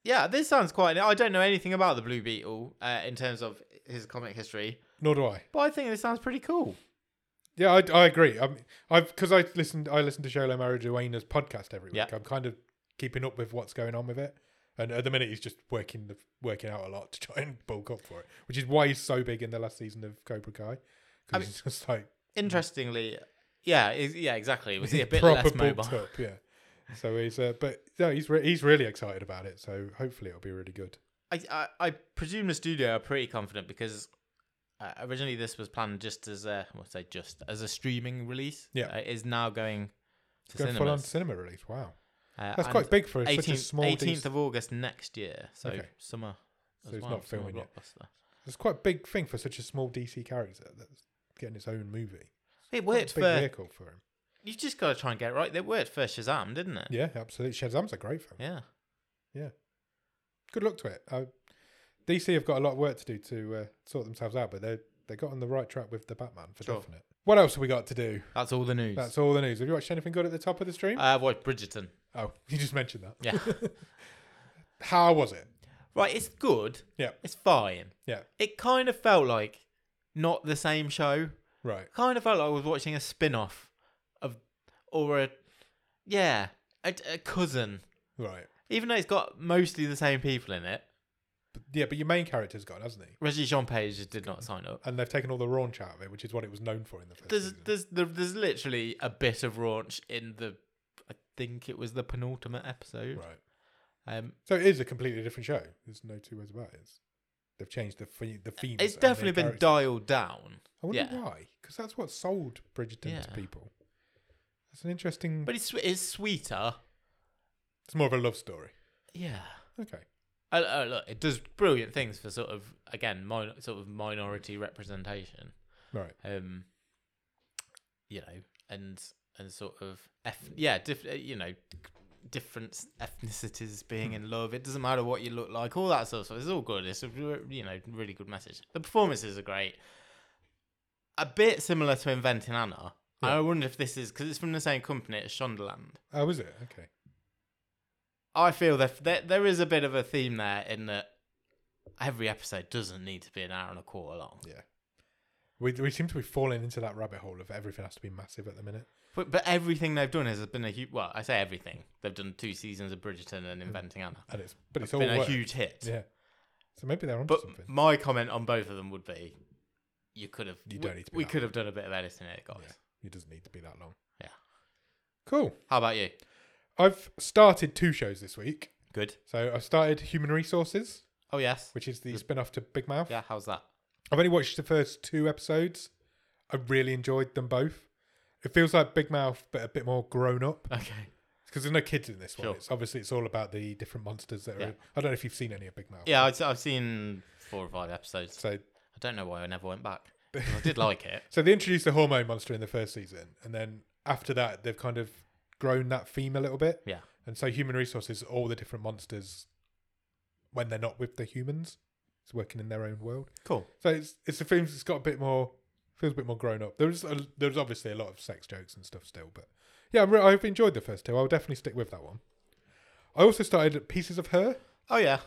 B: yeah, this sounds quite. I don't know anything about the Blue Beetle uh, in terms of his comic history,
A: Nor do I.
B: but I think this sounds pretty cool.
A: Yeah, I, I agree. I'm, I've because I listened. I listen to Sholo Marijuana's podcast every week.
B: Yeah.
A: I'm kind of keeping up with what's going on with it, and at the minute he's just working the working out a lot to try and bulk up for it, which is why he's so big in the last season of Cobra Kai.
B: I
A: Because he's just like
B: Interestingly, yeah, is, yeah, exactly. Was he a bit
A: proper
B: less
A: bulked
B: mobile?
A: up. Yeah. So he's uh, but no, he's re- he's really excited about it. So hopefully it'll be really good.
B: I, I, I presume the studio are pretty confident because uh, originally this was planned just as a, what's say just as a streaming release.
A: Yeah.
B: uh, is now going to
A: Going full on
B: cinemas.
A: cinema release. Wow,
B: Uh,
A: that's
B: and
A: quite big for such a
B: 18th,
A: small.
B: 18th
A: DC
B: of August next year, so
A: Okay.
B: summer.
A: So
B: as
A: it's
B: well,
A: not
B: summer
A: filming yet.
B: blockbuster.
A: It's quite a big thing for such a small DC character. That's getting its own movie.
B: It
A: Big
B: worked for.
A: vehicle for him.
B: You just got to try and get it right. It worked for Shazam, didn't it?
A: Yeah, absolutely. Shazam's a great film.
B: Yeah.
A: Good luck to it. I, DC have got a lot of work to do to uh, sort themselves out, but they they got on the right track with the Batman for
B: Sure.
A: definite. What else have we got to do?
B: That's all the news.
A: That's all the news. Have you watched anything good at the top of the stream?
B: I watched Bridgerton.
A: oh, you just mentioned that.
B: Uh, Yeah.
A: How was it?
B: right, it's good.
A: Yeah.
B: It's fine.
A: Yeah.
B: It kind of felt like not the same show.
A: Right.
B: Kind of felt like I was watching a spin off of, or a, yeah, a, a cousin.
A: Right.
B: Even though it's got mostly the same people in it,
A: But, yeah, but your main character's gone, hasn't he?
B: Reggie Jean Page just did not sign up.
A: And they've taken all the raunch out of it, which is what it was known for in the first
B: There's
A: season.
B: there's there- there's literally a bit of raunch in the, I think it was the penultimate episode.
A: Right.
B: Um,
A: So it is a completely different show. There's no two ways about it. It's- they've changed the theme. The themes
B: it's
A: and their
B: definitely been
A: characters.
B: dialed down,
A: I wonder
B: yeah.
A: why, because that's what sold Bridgerton to
B: Yeah.
A: people. That's an interesting.
B: but it's it's sweeter.
A: it's more of a love story.
B: Yeah.
A: Okay.
B: Oh, oh, look, it does brilliant things for sort of again min- sort of minority representation.
A: Right.
B: Um, you know, and and sort of eth- yeah, diff- uh, you know, different ethnicities being in love. It doesn't matter what you look like, all that sort of stuff. It's all good. It's a re- you know really good message. The performances are great. A bit similar to Inventing Anna. And
A: Yeah.
B: I wonder if this is because it's from the same company as Shondaland.
A: Oh, is it? Okay.
B: I feel that there, there is a bit of a theme there in that every episode doesn't need to be an hour and a quarter long.
A: Yeah. We, we seem to be falling into that rabbit hole of everything has to be massive at the minute.
B: But, but everything they've done has been a huge. Well, I say everything. They've done two seasons of Bridgerton and Inventing Anna.
A: And it's but it's all
B: been a
A: work.
B: huge hit.
A: Yeah. So maybe they're onto
B: but
A: something.
B: my comment on both of them would be, you could have.
A: You
B: we-
A: don't need to be
B: we
A: that
B: could have done a bit of editing here, guys.
A: Yeah. It doesn't need to be that long.
B: Yeah.
A: Cool.
B: How about you?
A: I've started two shows this week.
B: Good.
A: So I've started Human Resources,
B: Oh yes.
A: which is the spin off to Big Mouth.
B: Yeah. How's that?
A: I've only watched the first two episodes. I really enjoyed them both. It feels like Big Mouth, but a bit more grown up.
B: Okay.
A: Because there's no kids in this one.
B: Uh, Sure.
A: It's obviously it's all about the different monsters that are.
B: Yeah.
A: in- I don't know if you've seen any of Big Mouth.
B: Yeah, I'd, I've seen four or five episodes.
A: So
B: I don't know why I never went back. 'cause I did like it.
A: so they introduced the hormone monster in the first season, and then after that they've kind of grown that theme a little bit.
B: Yeah.
A: And so human resources, are all the different monsters, when they're not with the humans, it's working in their own world.
B: Cool.
A: So it's it's a film that's got a bit more feels a bit more grown up. There's a, there's obviously a lot of sex jokes and stuff still, but yeah, I'm re- I've enjoyed the first two. I'll definitely stick with that one. I also started Pieces of Her.
B: Oh yeah.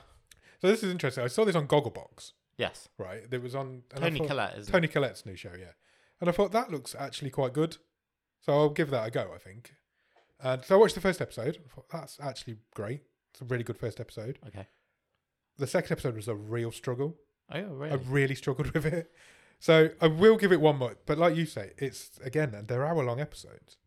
A: So this is interesting. I saw this on Gogglebox,
B: Yes.
A: right? It was on and I
B: Tony
A: thought-
B: Collette is
A: Tony Collette's new show, yeah. And I thought that looks actually quite good, so I'll give that a go. I think. And so I watched the first episode. I thought that's actually great. It's a really good first episode.
B: Okay.
A: The second episode was a real struggle.
B: Oh
A: I
B: really?
A: really struggled with it. So I will give it one more. But like you say, it's again they're hour long episodes.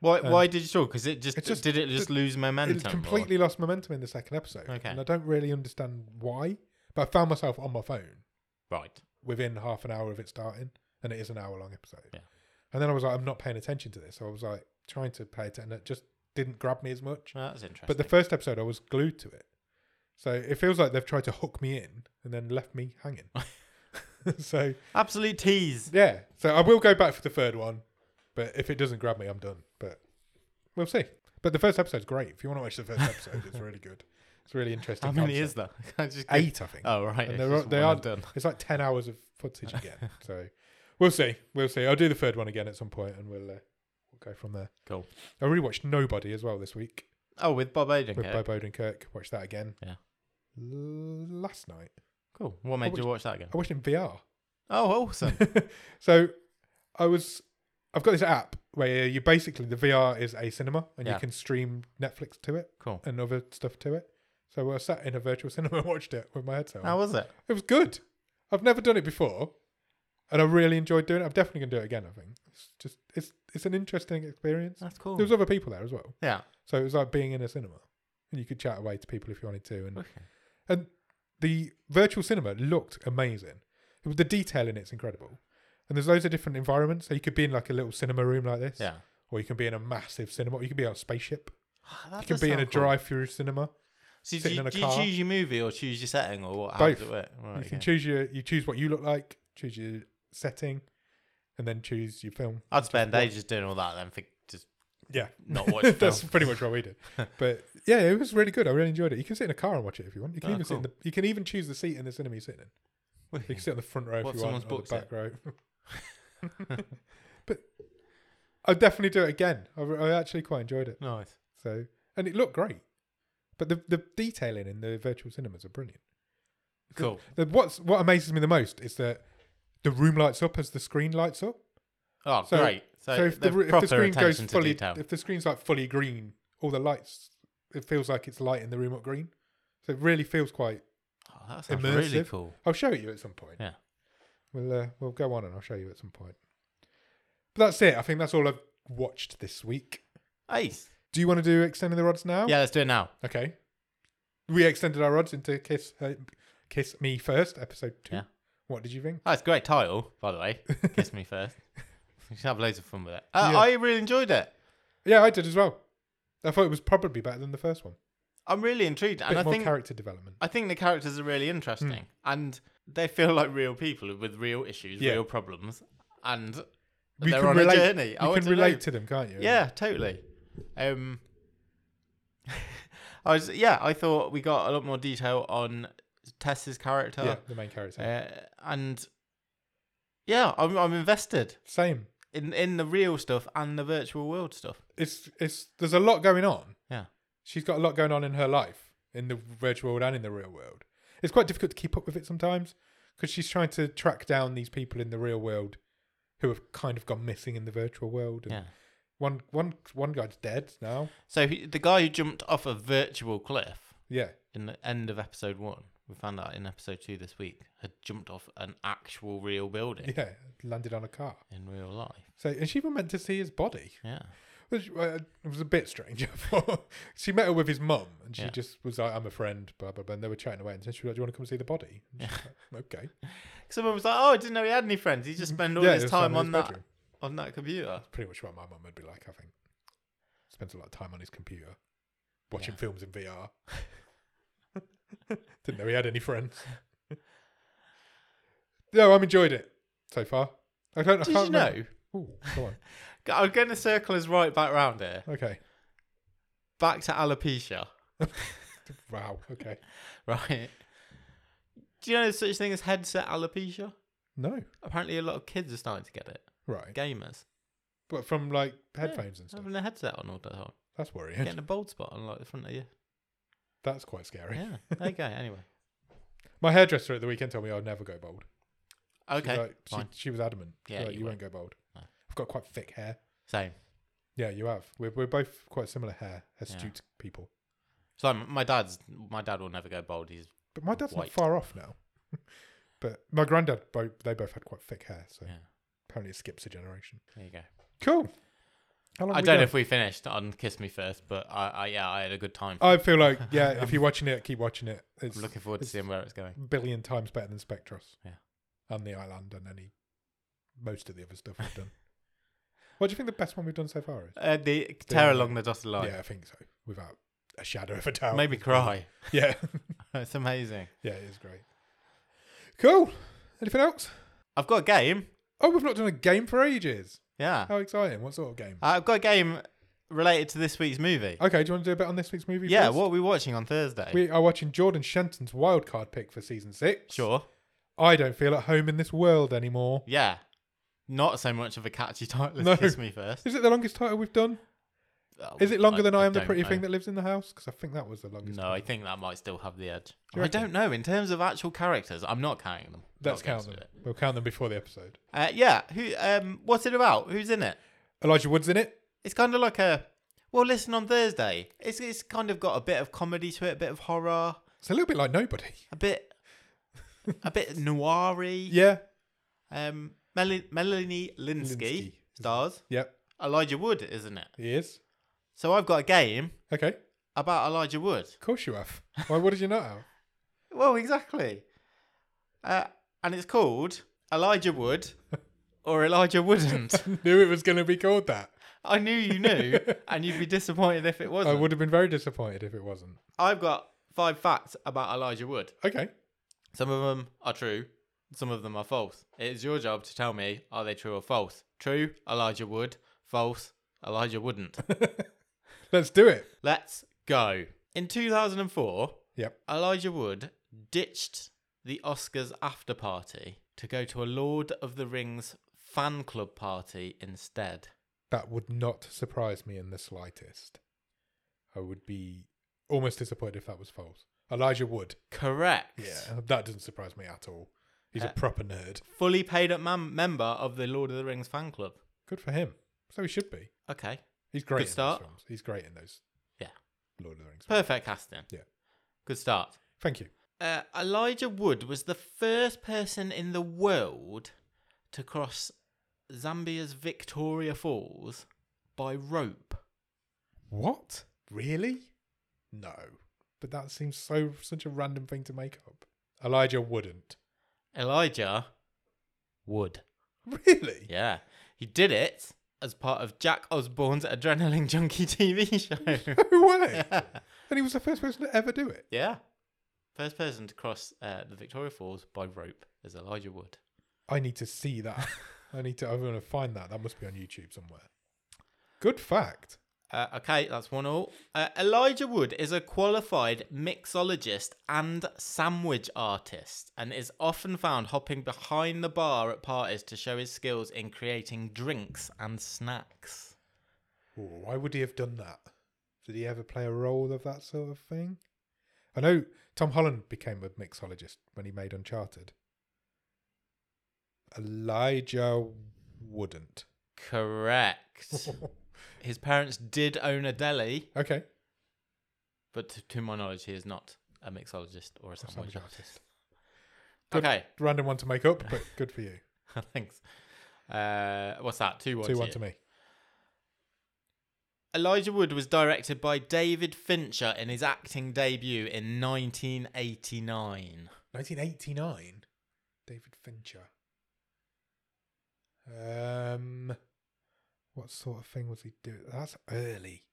B: Why
A: um,
B: why did you talk? Because it just,
A: it just-
B: did it just lose momentum?
A: It
B: or-
A: completely lost momentum in the second episode,
B: Okay.
A: and I don't really understand why. But I found myself on my phone
B: right.
A: within half an hour of it starting, and it is an hour long episode.
B: Yeah.
A: And then I was like, I'm not paying attention to this. So I was like trying to pay attention, and it just didn't grab me as much.
B: Well, that's interesting.
A: But the first episode, I was glued to it. So it feels like they've tried to hook me in and then left me hanging. so
B: absolute tease.
A: Yeah. So I will go back for the third one, but if it doesn't grab me, I'm done. But we'll see. But the first episode's great. If you want to watch the first episode, it's really good. It's really interesting.
B: How many
A: concept.
B: is there? I just go-
A: Eight, I think.
B: Oh right.
A: And
B: it's
A: they're
B: just
A: all- they
B: one
A: are-
B: and done.
A: It's like ten hours of footage again. so we'll see. We'll see. I'll do the third one again at some point, and we'll uh, we'll go from there.
B: Cool.
A: I really watched Nobody as well this week
B: Oh, with Bob
A: with
B: Odenkirk.
A: Bob Odenkirk. Watched that again.
B: Yeah.
A: L- last night,
B: Cool. What made
A: watched-
B: you watch that again?
A: I watched it in VR.
B: Oh, awesome.
A: so I was I've got this app where you basically the VR is a cinema and you
B: Yeah.
A: can stream Netflix to it
B: cool.
A: and other stuff to it. So I sat in a virtual cinema and watched it with my headset on.
B: How was it?
A: It was good. I've never done it before. And I really enjoyed doing it. I'm definitely gonna do it again, I think. It's just it's it's an interesting experience.
B: That's Oh, cool.
A: There was other people there as well.
B: yeah.
A: So it was like being in a cinema. And you could chat away to people if you wanted to. And
B: Okay.
A: and the virtual cinema looked amazing. It was- The detail in it's incredible. And there's loads of different environments. So you could be in like a little cinema room like this,
B: Yeah.
A: or you can be in a massive cinema, or you can be on a spaceship.
B: Ah, That
A: You can
B: does
A: be in a
B: sound cool.
A: drive-through cinema.
B: So do
A: sitting
B: you,
A: in a
B: do you
A: car.
B: choose your movie or choose your setting or what? How does
A: Both.
B: it work? Right,
A: you can
B: okay.
A: choose your, you choose what you look like, choose your setting, and then choose your film.
B: I'd spend ages doing all that then for just
A: Yeah,
B: not watch film.
A: that's pretty much what we did. But yeah, it was really good. I really enjoyed it. You can sit in a car and watch it if you want. You can
B: Oh,
A: even sit in the,
B: cool.
A: you can even choose the seat in the cinema you're sitting in. You can sit on the front row if
B: What
A: you
B: someone's
A: want, or the
B: booked it.
A: back row. but I'd definitely do it again. I, I actually quite enjoyed it.
B: nice.
A: So and it looked great. But the the detailing in the virtual cinemas are brilliant.
B: Cool.
A: The, what's what amazes me the most is that the room lights up as the screen lights up.
B: Oh,
A: So-
B: great. So,
A: So if the,
B: the,
A: ru- if
B: proper
A: the screen goes
B: attention to
A: fully,
B: detail.
A: if the screen's like fully green, all the lights, it feels like it's lighting the room up green. So it really feels quite.
B: Oh, that sounds really
A: immersive.
B: cool.
A: I'll show it you at some point.
B: Yeah.
A: We'll uh, we'll go on and I'll show you at some point. But that's it. I think that's all I've watched this week.
B: Ace.
A: Do you want to do extending the rods now?
B: Yeah, let's do it now.
A: Okay. We extended our rods into kiss uh, kiss me first episode two.
B: Yeah.
A: What did you think?
B: That's Ah, a great title, by the way. Kiss me first. We should have loads of fun with it. Uh,
A: Yeah.
B: I really enjoyed it.
A: Yeah, I did as well. I thought it was probably better than the first one.
B: I'm really intrigued,
A: A
B: and
A: bit
B: I
A: more
B: think
A: character Hmm. development.
B: I think the characters are really interesting, and they feel like real people with real issues,
A: Yeah.
B: real problems, and
A: We
B: they're
A: can
B: on
A: relate.
B: a journey. I
A: You
B: want
A: can
B: to
A: relate
B: know.
A: to them, can't you?
B: Yeah, totally. Um, I was yeah. I thought we got a lot more detail on Tess's character,
A: Yeah, the main character.
B: uh, and yeah, I'm I'm invested
A: Same.
B: in in the real stuff and the virtual world stuff.
A: It's it's there's a lot going on.
B: Yeah.
A: She's got a lot going on in her life, in the virtual world and in the real world. It's quite difficult to keep up with it sometimes because she's trying to track down these people in the real world who have kind of gone missing in the virtual world. And
B: Yeah.
A: One one one guy's dead now.
B: So he, the guy who jumped off a virtual cliff
A: Yeah.
B: in the end of episode one, we found out in episode two this week, had jumped off an actual real building
A: Yeah. Landed on a car.
B: in real life.
A: So and she even meant to see his body.
B: Yeah.
A: Which uh, it was a bit strange. I thought. she met her with his mum, and she
B: Yeah.
A: just was like, "I'm a friend," blah blah blah. And they were chatting away, and then she was like, "Do you want to come see the body?" And she's like, okay.
B: Someone was like, "Oh, I didn't know he had any friends. He just spent all
A: Yeah,
B: his
A: it's
B: time
A: in
B: on
A: his
B: that
A: bedroom.
B: on that computer."
A: Pretty much what my mum would be like, I think. Spends a lot of time on his computer, watching films in VR. Didn't know he had any friends. no, I've enjoyed it so far. I don't. I
B: Did
A: can't
B: you know?
A: remember- Ooh, go on.
B: G- I'm going to circle us right back round here,
A: Okay.
B: back to alopecia,
A: Wow. Okay.
B: right? Do you know there's such thing as headset alopecia?
A: No.
B: Apparently, a lot of kids are starting to get it.
A: Right.
B: Gamers
A: But from like
B: Yeah,
A: headphones and stuff.
B: having a headset on all the time,
A: That's worrying.
B: getting a bald spot on like the front of you.
A: That's quite scary.
B: Yeah. Okay. Anyway.
A: My hairdresser at the weekend told me I'd never go bald. She was
B: Okay.
A: like- she,
B: fine.
A: she was adamant. She was
B: Yeah,
A: like, you,
B: you
A: won't go bald.
B: No.
A: I've got quite thick hair.
B: Same.
A: Yeah, you have. We're, we're both quite similar hair,
B: Yeah.
A: astute people.
B: So I'm- my dad's my dad will never go bald. He's
A: But my dad's
B: White.
A: not far off now. but my granddad, both they both had quite thick hair, so
B: Yeah.
A: apparently it skips a generation.
B: there you go.
A: Cool. How long
B: I
A: have we
B: don't know
A: done?
B: if we finished on Kiss Me First, but I, I yeah I had a good time.
A: I feel like yeah, if you're watching it, keep watching it. It's
B: I'm looking forward to
A: it's-
B: seeing where it's going.
A: a billion times better than Spectros.
B: Yeah.
A: And the Island and any most of the other stuff we've done. what do you think the best one we've done so far is?
B: Uh, the tear along the dotted line
A: Yeah, Oh, I think so. Without a shadow of a doubt.
B: made me cry.
A: Yeah.
B: it's amazing.
A: yeah, it is great. Cool. Anything else?
B: I've got a game.
A: Oh, we've not done a game for ages.
B: Yeah, Uh,
A: How exciting. What sort of game?
B: I've got a game related to this week's movie.
A: Okay, do you want to do a bit on this week's movie?
B: yeah,
A: first?
B: what are we watching on Thursday?
A: Oh, We are watching Jordan Shenton's wildcard pick for season six.
B: sure.
A: I don't feel at home in this world anymore.
B: Yeah. Not so much of a catchy title as
A: No.
B: Kiss Me First.
A: Is it the longest title we've done?
B: Oh,
A: Is it longer than I am the
B: don't
A: pretty
B: know.
A: thing that lives in the house? Because I think that was the longest.
B: No,
A: one.
B: I think that might still have the edge.
A: Do you
B: I
A: reckon?
B: don't know. In terms of actual characters, I'm not counting them.
A: Let's
B: Not going
A: count
B: to
A: them.
B: do it.
A: We'll count them before the episode.
B: Uh, yeah. Who? Um, what's it about? Who's in it?
A: Elijah Wood's in it.
B: It's kind of like a. Well, listen on Thursday. It's it's kind of got a bit of comedy to it, a bit of horror,
A: It's a little bit like nobody.
B: a bit, a bit noiry.
A: Yeah.
B: Um, Mel- Melanie Linsky,
A: Linsky.
B: stars.
A: Yep.
B: Elijah Wood, isn't it?
A: He is.
B: So I've got a game
A: Okay. Of
B: about Elijah Wood.
A: course you have. Why? What did you not have?
B: Well, exactly. Uh, and it's called Elijah Wood or Elijah Wouldn't.
A: Knew it was going to be called that.
B: I knew you knew, and you'd be disappointed if it
A: I
B: wasn't.
A: would have been very disappointed if it wasn't.
B: I've got five facts about Elijah Wood.
A: Okay.
B: Some of them are true, Some of them are false. It is your job to tell me are they true or false. True, Elijah would. False, Elijah wouldn't.
A: Let's do it.
B: Let's go. In 2004,
A: Yep.
B: Elijah Wood ditched the Oscars after party to go to a Lord of the Rings fan club party instead.
A: That would not surprise me in the slightest. I would be almost disappointed if that was false. Elijah Wood.
B: Correct.
A: Yeah, that doesn't surprise me at all. He's
B: Uh,
A: a proper nerd.
B: Fully paid up man- member of the Lord of the Rings fan club.
A: Good for him. So he should be.
B: Okay.
A: He's great
B: Good
A: in
B: start.
A: those films. He's great in those.
B: Yeah.
A: Lord of the Rings. films.
B: Perfect casting.
A: Yeah.
B: Good start.
A: Thank you.
B: Uh, Elijah Wood was the first person in the world to cross Zambia's Victoria Falls by rope.
A: What? Really? No. But that seems so such a random thing to make up. Elijah wouldn't.
B: Elijah Wood.
A: Really?
B: Yeah. He did it as part of Jack Osborne's Adrenaline Junkie TV show.
A: No way.
B: yeah.
A: And he was the first person to ever do it.
B: yeah. First person to cross uh, the Victoria Falls by rope is Elijah Wood.
A: I need to see that. I need to. I'm going to find that. That must be on YouTube somewhere. Good fact.
B: Uh, okay, that's one all. Uh, Elijah Wood is a qualified mixologist and sandwich artist and is often found hopping behind the bar at parties to show his skills in creating drinks and snacks.
A: Ooh, why would he have done that? Did he ever play a role of that sort of thing? I know Tom Holland became a mixologist when he made Uncharted. Elijah wouldn't.
B: Correct. his parents did own a deli,
A: okay.
B: but to, to my knowledge, he is not a mixologist or a sandwich
A: Sandwich
B: artist.
A: artist. Good.
B: Okay,
A: Random one to make up, but good for you.
B: thanks. Uh, what's that? Two one.
A: Two one to me.
B: Elijah Wood was directed by David Fincher in his acting debut in 1989.
A: 1989. David Fincher. Um, what sort of thing was he doing? That's early.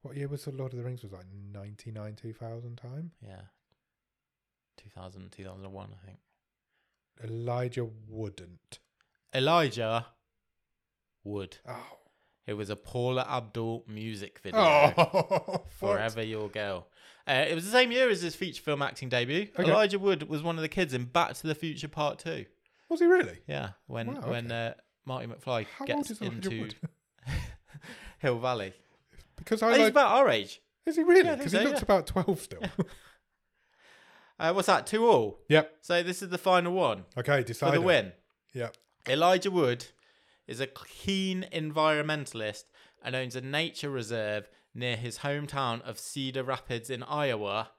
A: What year was the Lord of the Rings? Was like 99, 2000 time.
B: Yeah. 2000, 2001, I think.
A: Elijah wouldn't.
B: Elijah Wood.
A: Oh,
B: It was a Paula Abdul music video.
A: oh,
B: Forever Your Girl. Uh, it was the same year as his feature film acting debut.
A: Okay.
B: Elijah Wood was one of the kids in Back to the Future Part 2.
A: Was he really?
B: Yeah, when
A: Wow,
B: when uh, Marty McFly
A: How old
B: gets
A: is Elijah
B: into
A: Wood?
B: Hill Valley.
A: Because
B: Oh,
A: I
B: he's
A: like.
B: about our age.
A: Is he really?
B: Yeah, I think
A: Because
B: so,
A: he looks
B: yeah.
A: about twelve still.
B: Uh, what's that? Two all.
A: yep.
B: So this is the final one
A: Okay. Decide.
B: for the win.
A: Yep.
B: Elijah Wood is a keen environmentalist and owns a nature reserve near his hometown of Cedar Rapids in Iowa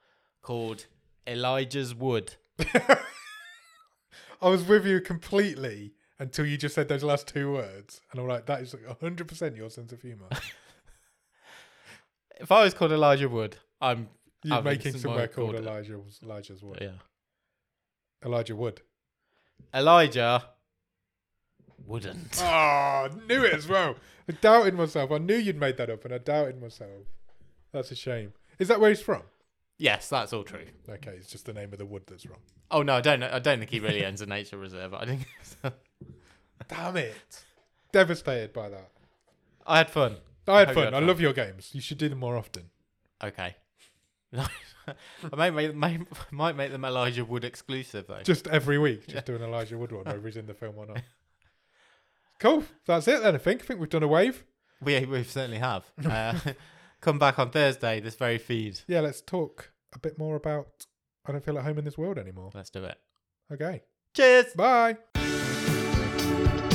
B: called Elijah's Wood.
A: I was with you completely until you just said those last two words, and I'm like, that is 100 percent your sense of humor.
B: If I was called Elijah Wood, I'm
A: You're
B: having
A: making somewhere called
B: called-
A: Elijah's Elijah's Wood.
B: Yeah.
A: Elijah Wood.
B: Elijah wouldn't.
A: Ah, knew it as well. I doubted myself. I knew you'd made that up, and I doubted myself. That's a shame. Is that where he's from?
B: Yes, that's all true.
A: Okay, it's just the name of the wood that's wrong.
B: Oh no, I don't. know- I don't think he really owns a nature reserve. I think
A: Damn it! Devastated by that.
B: I had fun.
A: I had
B: Hope you
A: fun.
B: had
A: I
B: fun.
A: love your games. You should do them more often.
B: Okay. I might make, may, might make them Elijah Wood exclusive though.
A: Just every week, just do an Elijah Wood one, whether he's in the film or not. Cool. That's it then. I think. I think we've done a wave.
B: We we certainly have. Uh, come back on Thursday. This very feed.
A: Yeah, let's talk a bit more about. I don't feel at home in this world anymore.
B: Let's do it.
A: Okay.
B: Cheers.
A: Bye.
C: Thank